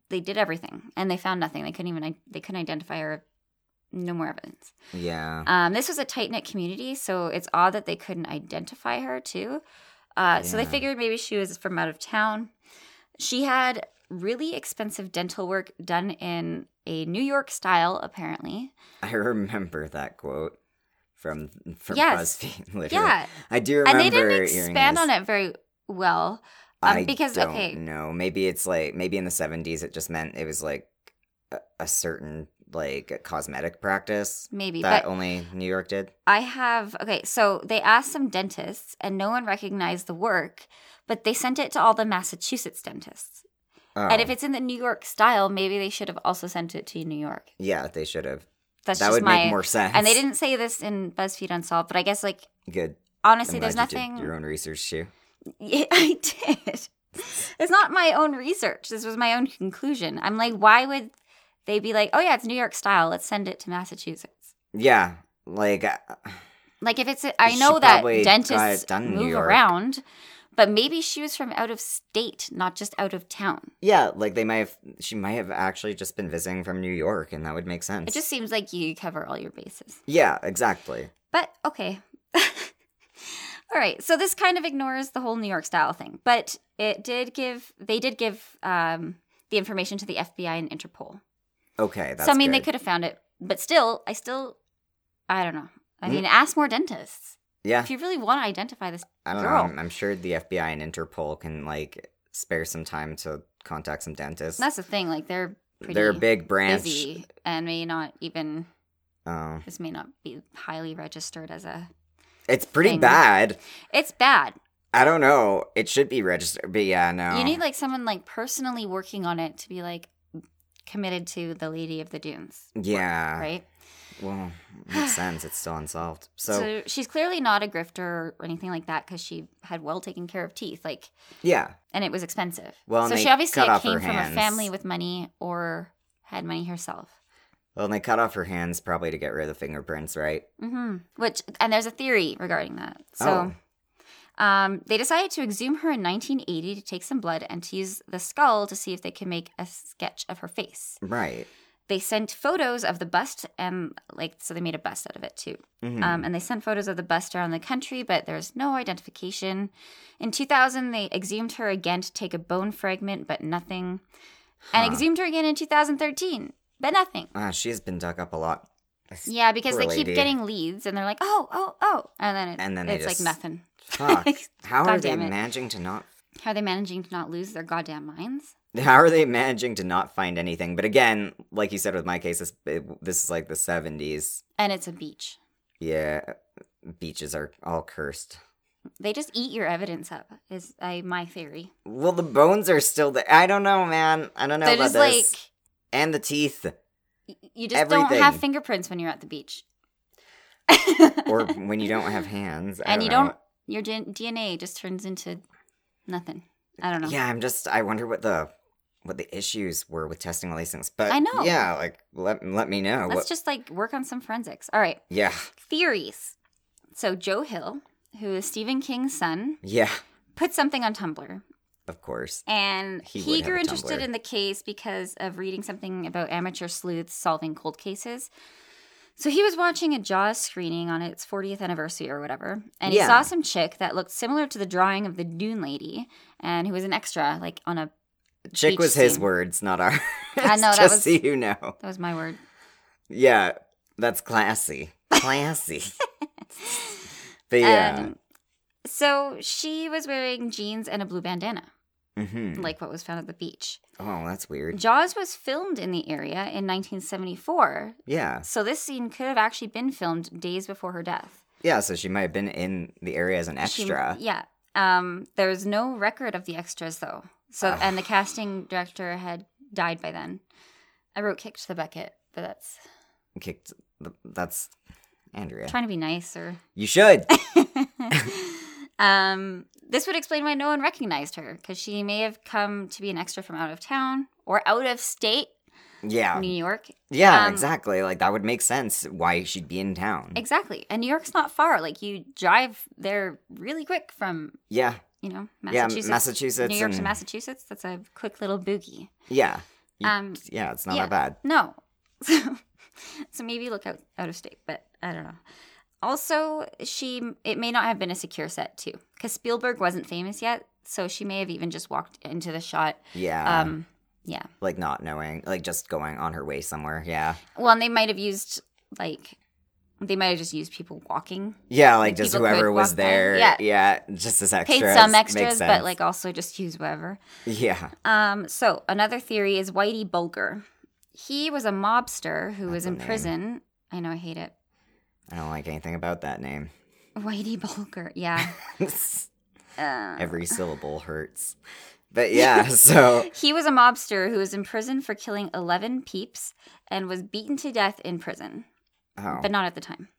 They did everything and they found nothing. They couldn't even they couldn't identify her. No more evidence.
Yeah.
Um, this was a tight knit community, so it's odd that they couldn't identify her too. Uh, So they
Yeah.
figured maybe she was from out of town. She had really expensive dental work done in a New York style, apparently.
I remember that quote from from
Yes.
BuzzFeed. Literally.
Yeah,
I do remember
and they didn't
hearing
expand
this.
on it very well. um,
I
because,
don't
okay.
know. Maybe it's like maybe in the seventies it just meant it was like a, a certain like cosmetic practice
Maybe,
that
but
only New York did.
I have okay, so they asked some dentists and no one recognized the work, but they sent it to all the Massachusetts dentists.
Oh,
And if it's in the New York style, maybe they should have also sent it to New York.
yeah, they should have.
That's
That
just
would
my
make more sense.
And they didn't say this in BuzzFeed Unsolved, but I guess like
Good.
honestly
I'm
there's
glad you did
nothing
your own research too.
Yeah, I did. It's not my own research. This was my own conclusion. I'm like, why would they be like, "Oh yeah, it's New York style. Let's send it to Massachusetts."
Yeah, like uh,
Like if it's, I
She
know that
probably got
dentists
it done in New
move
York.
around, but maybe she was from out of state, not just out of town.
yeah, like they might have. She might have actually just been visiting from New York, and that would make sense.
It just seems like you cover all your bases.
yeah, exactly.
But okay. all right. So this kind of ignores the whole New York style thing, but it did give they did give um, the information to the FBI and Interpol.
Okay, that's
so I mean, they
good.
could have found it, but still, I still, I don't know. I
Mm.
mean, ask more dentists
Yeah,
if you really want to identify this.
I don't know.
girl.
I'm, I'm sure the FBI and Interpol can like spare some time to contact some dentists.
That's the thing. Like they're pretty
They're a big branch.
busy and may not even
Oh.
this may not be highly registered as a
it's pretty
Thing.
bad.
it's bad
I don't know. It should be registered, but yeah, no.
you need like someone like personally working on it to be like committed to the lady of the dunes
yeah.
right
Well, makes sense. It's still unsolved. So,
so, she's clearly not a grifter or anything like that because she had well taken care of teeth like
yeah,
and it was expensive
Well, and
so
they
she obviously
cut off
came
her
from a
hands.
family with money or had money herself
well, and they cut off her hands probably to get rid of the fingerprints, right?
hmm which and there's a theory regarding that so
Oh.
Um, they decided to exhume her in 1980 to take some blood and to use the skull to see if they could make a sketch of her face.
oh, right.
They sent photos of the bust and, like, so they made a bust out of it too.
Mhm.
Um, and they sent photos of the bust around the country, but there's no identification. In 2000, they exhumed her again to take a bone fragment, but nothing.
Huh.
And exhumed her again in 2013, but nothing.
Ah, she has been dug up a lot.
Yeah, because
Poor
they keep
lady.
getting leads and they're like, oh, oh, oh. And then, it,
And then they
it's
just-
like nothing.
Fuck. How
God
are they
damn it.
managing to not?
How are they managing to not lose their goddamn minds?
How are they managing to not find anything? But again, like you said with my case, this, it- this is like the seventies.
And it's a beach.
Yeah, beaches are all cursed.
They just eat your evidence up. Is I my theory.
Well, the bones are still there. I don't know, man. I don't know
They're
about
just
this. and the teeth,
like y- you just don't
Everything.
have fingerprints when you're at the beach.
or when you don't have hands, I
and you
know.
don't your gen- DNA just turns into nothing. I don't know.
Yeah, I'm just. I wonder what the what the issues were with testing all these things. But
I know.
Yeah, like let let me know.
Let's
What,
just like work on some forensics. All right,
yeah,
theories. So Joe Hill, who is Stephen King's son,
yeah.
put something on Tumblr
of course.
And
He
he,
would have
grew
a
interested
Tumblr.
in the case because of reading something about amateur sleuths solving cold cases. So he was watching a Jaws screening on its 40th anniversary or whatever, and
Yeah.
he saw some chick that looked similar to the drawing of the Dune lady, and who was an extra, like on a
Chick
Beach
was his
scene.
words, not ours.
I know, that
Just
was-
so you know.
that was my word.
Yeah, that's classy. Classy. but yeah.
Um, so she was wearing jeans and a blue bandana,
hmm
like what was found at the beach.
oh, that's weird.
Jaws was filmed in the area in 1974,
Yeah.
so this scene could have actually been filmed days before her death.
Yeah, so she might have been in the area as an
She-
extra.
yeah. Um, there's no record of the extras though. So
Ugh.
and the casting director had died by then. I wrote kicked the bucket, but that's
Kicked. The, that's Andrea.
trying to be nice or
you should.
um this would explain why no one recognized her because she may have come to be an extra from out of town or out of state,
Yeah.
New York.
Yeah,
um,
exactly. Like, that would make sense why she'd be in town.
Exactly. And New York's not far. Like you drive there really quick from,
yeah.
you know,
Yeah,
Massachusetts.
Massachusetts.
New York to
and-
Massachusetts. That's a quick little boogie.
Yeah. You-
Um
Yeah, it's not
yeah.
that bad.
No. So, so maybe look out, out of state, but I don't know. Also, she it may not have been a secure set too, because Spielberg wasn't famous yet, so she may have even just walked into the shot.
Yeah.
Um, yeah.
like, not knowing, like, just going on her way somewhere. Yeah.
Well, and they might have used like they might have just used people walking,
Yeah, like just
People could
whoever was
walk by.
there. Yeah.
Yeah.
just as extras.
paid some
Makes
extras,
sense.
but like also just use whatever.
yeah,
Um, so another theory is Whitey Bulger. He was a mobster who was
a
in
name.
prison. I know I hate it.
I don't like anything about that name.
Whitey Bulger. Yeah. Uh,
Every syllable hurts. But yeah, so
Uh, He was a mobster who was in prison for killing 11 peeps and was beaten to death in prison,
oh,
but not at the time.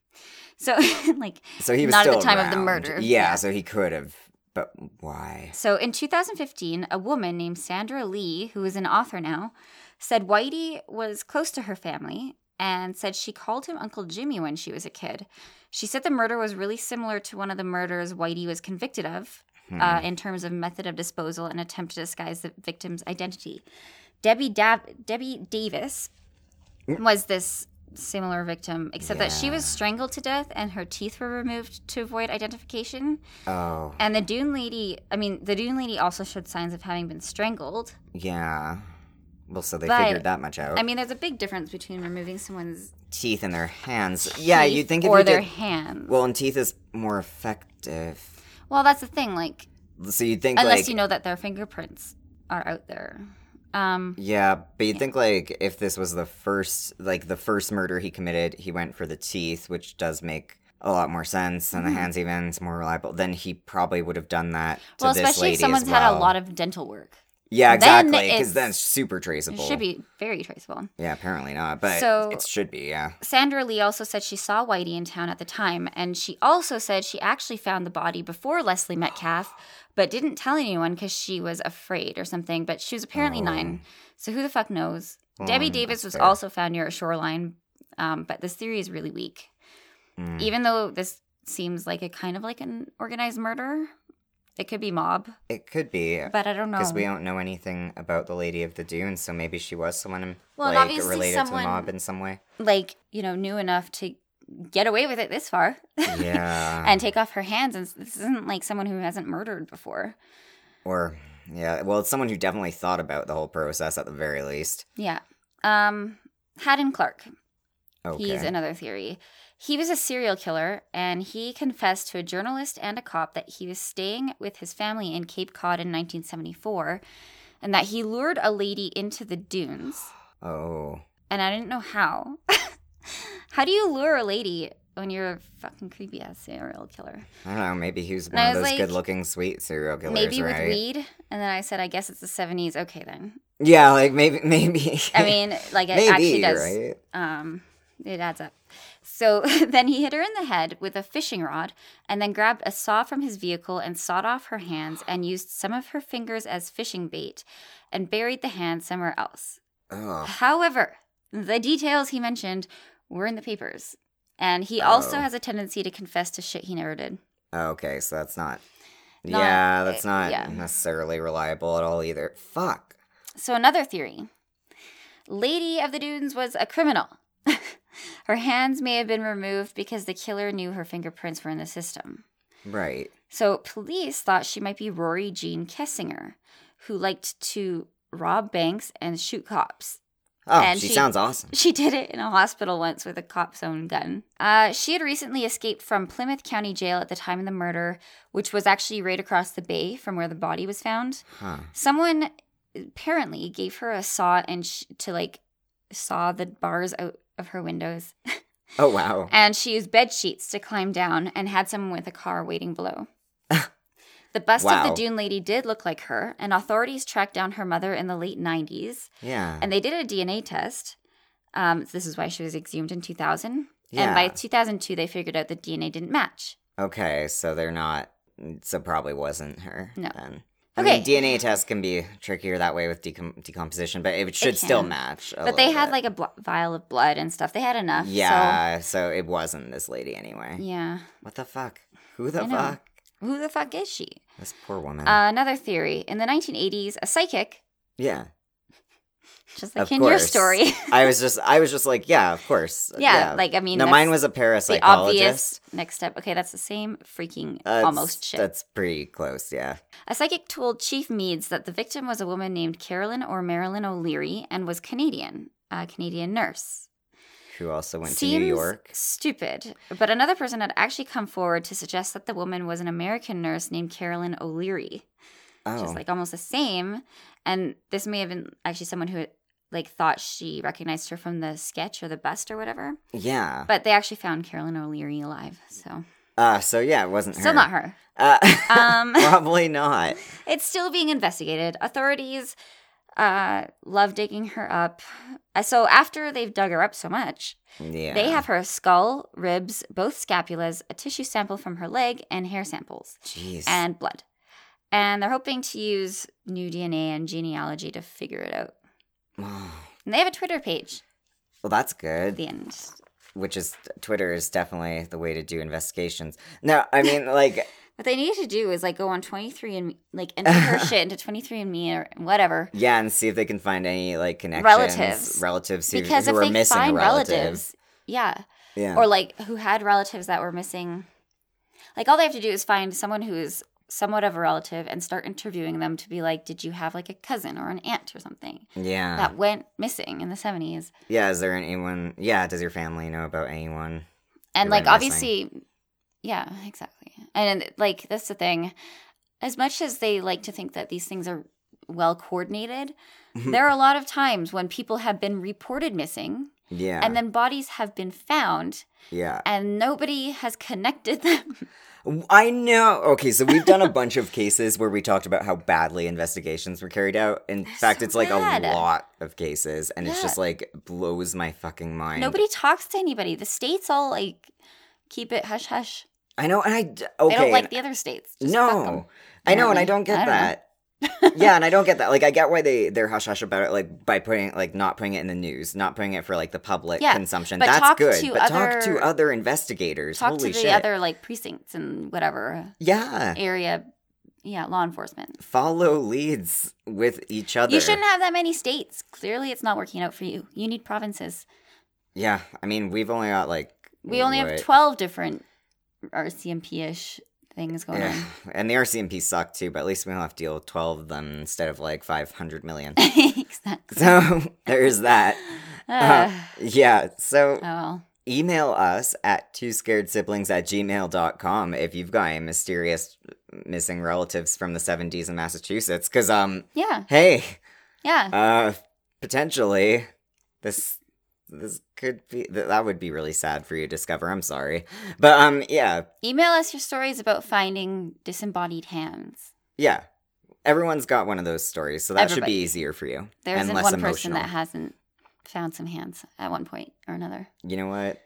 So, like,
so he was
not at the
still
time of the
around.
murder.
Yeah,
Yeah.
so he could have, but why?
so in 2015, a woman named Sandra Lee, who is an author now, said Whitey was close to her family and said she called him Uncle Jimmy when she was a kid. She said the murder was really similar to one of the murders Whitey was convicted of,
Hmm.
uh, in terms of method of disposal and attempt to disguise the victim's identity. Debbie Dav- Debbie Davis was this similar victim, except that she was
Mm. Yeah.
strangled to death and her teeth were removed to avoid identification.
oh,
And the Dune lady, I mean, the Dune lady also showed signs of having been strangled.
yeah. Well, so they
But-
figured that much out.
I mean, there's a big difference between removing someone's
teeth in their hands. yeah,
teeth
you'd think if
or
you
their
did.
hands. Well,
Well, and teeth is more effective.
that's the thing, like
So you'd think
unless
like
you know that their fingerprints are out there. Um,
Yeah, but you'd think like if this was the first like the first murder he committed, he went for the teeth, which does make a lot more sense,
Mm-hmm.
and the hands even it's more reliable. Then he probably would have done that to
well,
this
especially
lady
if someone's
as well.
had a lot of dental work.
yeah,
then
exactly, because
it's-
then it's super
It
traceable.
should be very traceable.
Yeah, apparently not, but
So-
it should be. Yeah.
Sandra Lee also said she saw Whitey in town at the time, and she also said she actually found the body before Leslie Metcalf, but didn't tell anyone because she was afraid or something. But she was apparently
Oh.
nine, so who the fuck knows?
Well,
Debbie
um,
Davis
that's
was
fair.
also found near a shoreline, um, but this theory is really weak.
Mm.
Even though this seems like a kind of like an organized murder, it could be mob,
It could be
but um, I don't know.
because we don't know anything about the Lady of the Dune, so maybe she was someone
Well, and
like
obviously
related
someone-
to the mob in some way.
like you know knew enough to get away with it this far.
Yeah.
and take off her hands. And s- this isn't like someone who hasn't murdered before.
or yeah, well, it's someone who definitely thought about the whole process at the very least.
Yeah. Um, Haddon Clark.
Okay.
He's another theory. He was a serial killer, and he confessed to a journalist and a cop that he was staying with his family in Cape Cod in 1974, and that he lured a lady into the dunes.
Oh,
And I didn't know how. how do you lure a lady when you're a fucking creepy ass serial killer?
I don't know. Maybe he was
And
one
I
of
was
those
like,
good-looking, sweet serial killers,
Maybe
right?
with weed. And then I said, I guess it's the 70s. Okay, then.
Yeah, like maybe, maybe.
I mean, like it
maybe,
actually does.
right?
Um, it adds up. So then he hit her in the head with a fishing rod, and then grabbed a saw from his vehicle and sawed off her hands, and used some of her fingers as fishing bait, and buried the hand somewhere else.
Ugh.
However, the details he mentioned were in the papers, and he also
Oh.
has a tendency to confess to shit he never did.
Okay, so that's not
Not-
yeah, that's not
yeah.
necessarily reliable at all either. Fuck.
So, another theory Lady of the Dunes was a criminal. her hands may have been removed because the killer knew her fingerprints were in the system.
Right.
So, police thought she might be Rory Jean Kessinger, who liked to rob banks and shoot cops.
Oh,
And
she
she-
sounds awesome.
She did it in a hospital once with a cop's own gun. Uh, she had recently escaped from Plymouth County Jail at the time of the murder, which was actually right across the bay from where the body was found.
Huh.
Someone apparently gave her a saw and sh- to like saw the bars out of her windows,
Oh wow.
and she used bed sheets to climb down and had someone with a car waiting below. the bust
Wow.
of the Dune Lady did look like her, and authorities tracked down her mother in the late '90s
Yeah.
and they did a DNA test. Um, this is why she was exhumed in 2000.
yeah.
And by 2002, they figured out the DNA didn't match.
okay, so they're not. So probably wasn't her.
No.
Then. I mean,
Okay.
DNA tests can be trickier that way with decom- decomposition, but it should still
can.
match. a
but they
little
had
bit.
like a bl- vial of blood and stuff. They had enough.
Yeah, so it wasn't this lady anyway.
So, yeah.
What the fuck? Who the
I know.
fuck?
Who the fuck is she?
This poor woman.
Uh, another theory. In the 1980s, a psychic,
yeah,
just like
Of
in your
course.
story.
I was just, I was just like, yeah, of course.
yeah, Like, I mean,
no,
that's
mine was a
the
parapsychologist.
obvious next step. Okay, that's the same freaking
That's-
almost shit.
That's pretty close. Yeah.
A psychic told Chief Meads that the victim was a woman named Carolyn or Marilyn O'Leary and was Canadian, a Canadian nurse.
Who also went to New York?
stupid, but another person had actually come forward to suggest that the woman was an American nurse named Carolyn O'Leary,
Oh,
which is like almost the same. And this may have been actually someone who like thought she recognized her from the sketch or the bust or whatever,
yeah.
but they actually found Carolyn O'Leary alive. So
Uh, so yeah, it wasn't
still
her.
not her.
Uh,
Um,
probably not.
It's still being investigated. Authorities uh, love digging her up. Uh, So after they've dug her up so much,
Yeah.
they have her skull, ribs, both scapulas, a tissue sample from her leg, and hair samples,
Jeez.
and blood. And they're hoping to use new DNA and genealogy to figure it out.
well,
And they have a Twitter page.
that's good.
The end.
Which is Twitter is definitely the way to do investigations. No, I mean like
What they need to do is like go on 23 and like enter her shit into 23 and me or whatever.
yeah, and see if they can find any like connections,
Relatives.
relatives who,
Because
who
if
are
they
missing
find
a relative.
relatives, yeah.
Yeah.
or like who had relatives that were missing. Like all they have to do is find someone who is somewhat of a relative and start interviewing them to be like, did you have like a cousin or an aunt or something
yeah.
that went missing in the seventies?
yeah. Is there anyone? Yeah. Does your family know about anyone?
And
Who
like
went
obviously, yeah, exactly. And like that's the thing. As much as they like to think that these things are well coordinated, there are a lot of times when people have been reported missing
Yeah.
and then bodies have been found
yeah.
and nobody has connected them.
I know. Okay, so we've done a bunch of cases where we talked about how badly investigations were carried out. In fact,
so
it's like
bad.
a lot of cases, and it's
Yeah.
just like blows my fucking mind.
Nobody talks to anybody. The states all like keep it hush hush.
I know, and I d- okay.
They don't like
and-
the other states. Just fuck 'em.
no, I know, and I
apparently.
don't get
I don't know.
that. yeah, and I don't get that. Like, I get why they they're hush hush about it, like by putting like not putting it in the news, not putting it for like the public
Yeah,
consumption.
but
That's
talk
good,
to
but talk
other-
to other investigators.
Talk
Holy
to the
shit!
other like precincts and whatever
yeah,
area. Yeah, law enforcement.
follow leads with each other.
You shouldn't have that many states. Clearly, it's not working out for you. You need provinces.
Yeah, I mean, we've only got like
We only have
what-
twelve different RCMP ish things going
Yeah,
on.
and the RCMP suck too, but at least we don't have to deal with 12 of them instead of like 500 million.
exactly.
so there's that. Uh-huh.
Uh,
Yeah, so
oh well.
email us at two scared siblings at gmail.com if you've got any mysterious missing relatives from the 70s in Massachusetts. Because, um,
Yeah.
hey,
Yeah.
uh, potentially this. This could be th- that would be really sad for you to discover. I'm sorry, but um, yeah,
Email us your stories about finding disembodied hands.
Yeah. Everyone's got one of those stories, so that should
Everybody.
be easier for you.
There
and
isn't
less
one person
emotional.
that hasn't found some hands at one point or another.
you know what?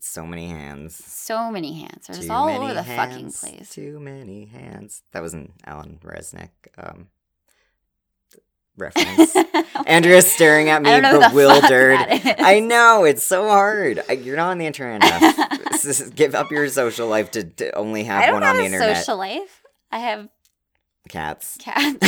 So many hands.
So many hands are just
Too
all
many
over the fucking
hands,
place.
Too many hands. That was an Alan Resnick um, reference. Andrea's staring at me
I don't know
bewildered.
Who the fuck that is.
I know it's so hard. I, you're not on the internet enough. This is- Give up your social life to, to only
I
have
don't
one on
have
the
a
internet.
social life. I have
Cats.
cats.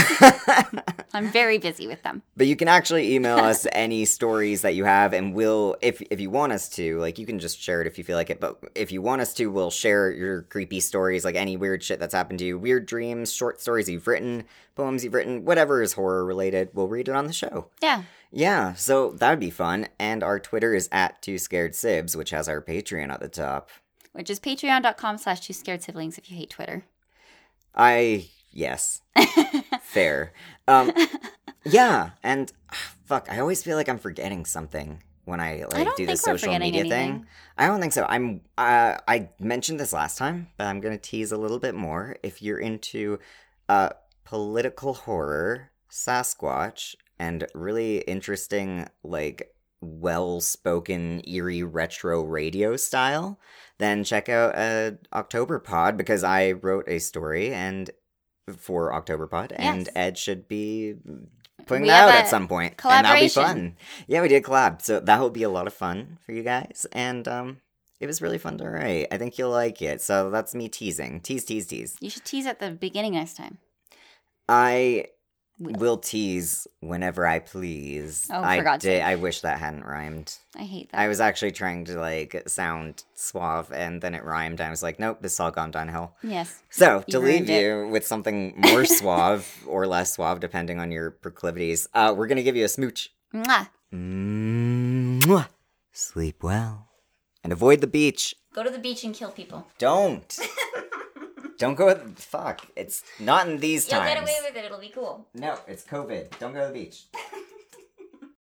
I'm very busy with them.
But you can actually email us any stories that you have, and we'll if if you want us to, like you can just share it if you feel like it. But if you want us to, we'll share your creepy stories, like any weird shit that's happened to you, weird dreams, short stories you've written, poems you've written, whatever is horror related. We'll read it on the show.
Yeah.
Yeah, so that would be fun. And our Twitter is at Two Scared Sibs, which has our Patreon at the top.
Which is patreon.com slash two scared siblings if you hate Twitter.
I yes, fair. Um, yeah, and ah, fuck, I always feel like I'm forgetting something when I like
don't
do the
think we're
social
forgetting
media thing.
anything.
I don't think so. I'm. Uh, I mentioned this last time, but I'm gonna tease a little bit more. If you're into uh, political horror, Sasquatch, and really interesting, like well-spoken, eerie retro radio style, then check out uh, October Pod because I wrote a story and for October Pod, and
Yes.
Ed should be putting
We
that out
have
at
a
some point. And that'll be
collaboration.
fun. Yeah, we did collab. So that will be a lot of fun for you guys. And um it was really fun to write. I think you'll like it. So that's me teasing. Tease, tease, tease.
You should tease at the beginning next time.
I
Will.
will tease whenever I please.
Oh, for
I
God's
did- I wish that hadn't rhymed.
I hate that.
I was actually trying to like sound suave and then it rhymed. I was like, nope, this is all gone downhill.
yes.
So,
You
to leave
ruined it.
you with something more suave or less suave, depending on your proclivities, uh, we're going to give you a smooch.
Mwah.
Mwah. Sleep well. And avoid the beach.
Go to the beach and kill people.
Don't. Don't go. Fuck. It's not in these times.
with it. It'll be cool.
No, it's COVID. Don't go to the beach.